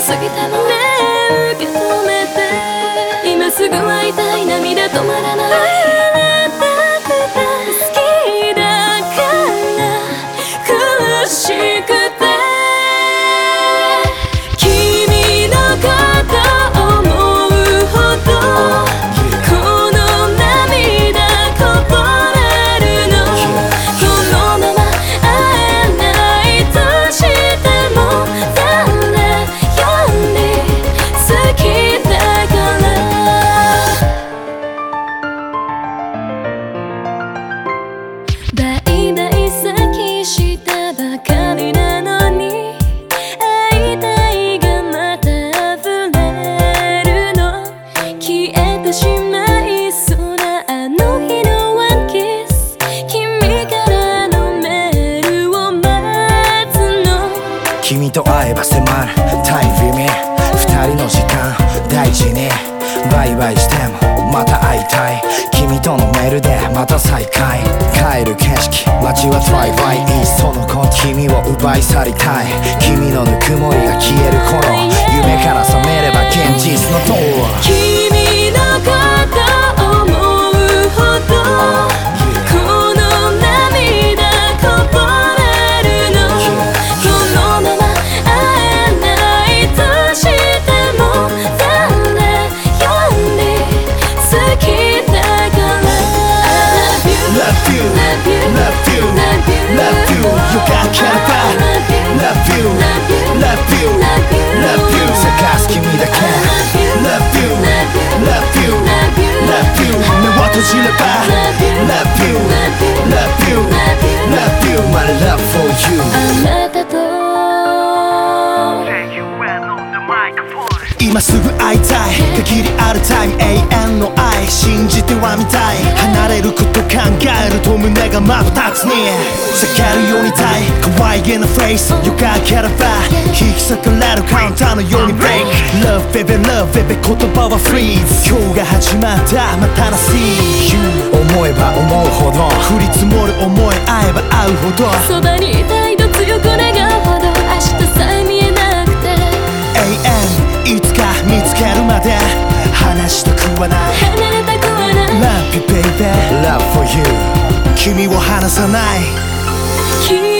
すぎてもねえ受け止めて今すぐ会いたい涙止まらないあなたが好きだから苦しくて君のこと思うほどこの涙こぼれるのこのまま会えないとしても誰より好きだから代々先したばかりなのに会いたいがまた溢れるの消えてしまいそうなあの日のワンキス君からのメールを待つの君と会えば迫るタイムリミット二人の時間大事にバイバイしてもまた会いたい君とのメールでまた再会帰る景色街はトライバイイーストの子君を奪い去りたい君のぬくもりが消える頃夢から覚めれば現実の君のこと塔思うほどこのは涙こぼれるのこのまま会えないとしても誰より好きだから Love you Love you, Love you love you, Love you love you, you got can't Love you, love you, love you 探す君だけ Love you, love you, love you 目を閉じれば Love you, love you, love you My love for you あなたと J-U-N on the microphone 今すぐ会いたい限りあるタイム永遠の愛信じてはみたい離れること考えると胸がまぶたつに叫るようにたい可愛げなフェイスよかければ引き裂かれるカウンターのようにブレイク Love baby love baby 言葉はフリーズ今日が始まったまたらしい You 思えば思うほど降り積もる思い会えば会うほどそばにいたいと強く願うほど明日さえ見えなくて永遠いつか見つけるまで話したくはない離れたくはない Love you baby Love for you 君を離さない君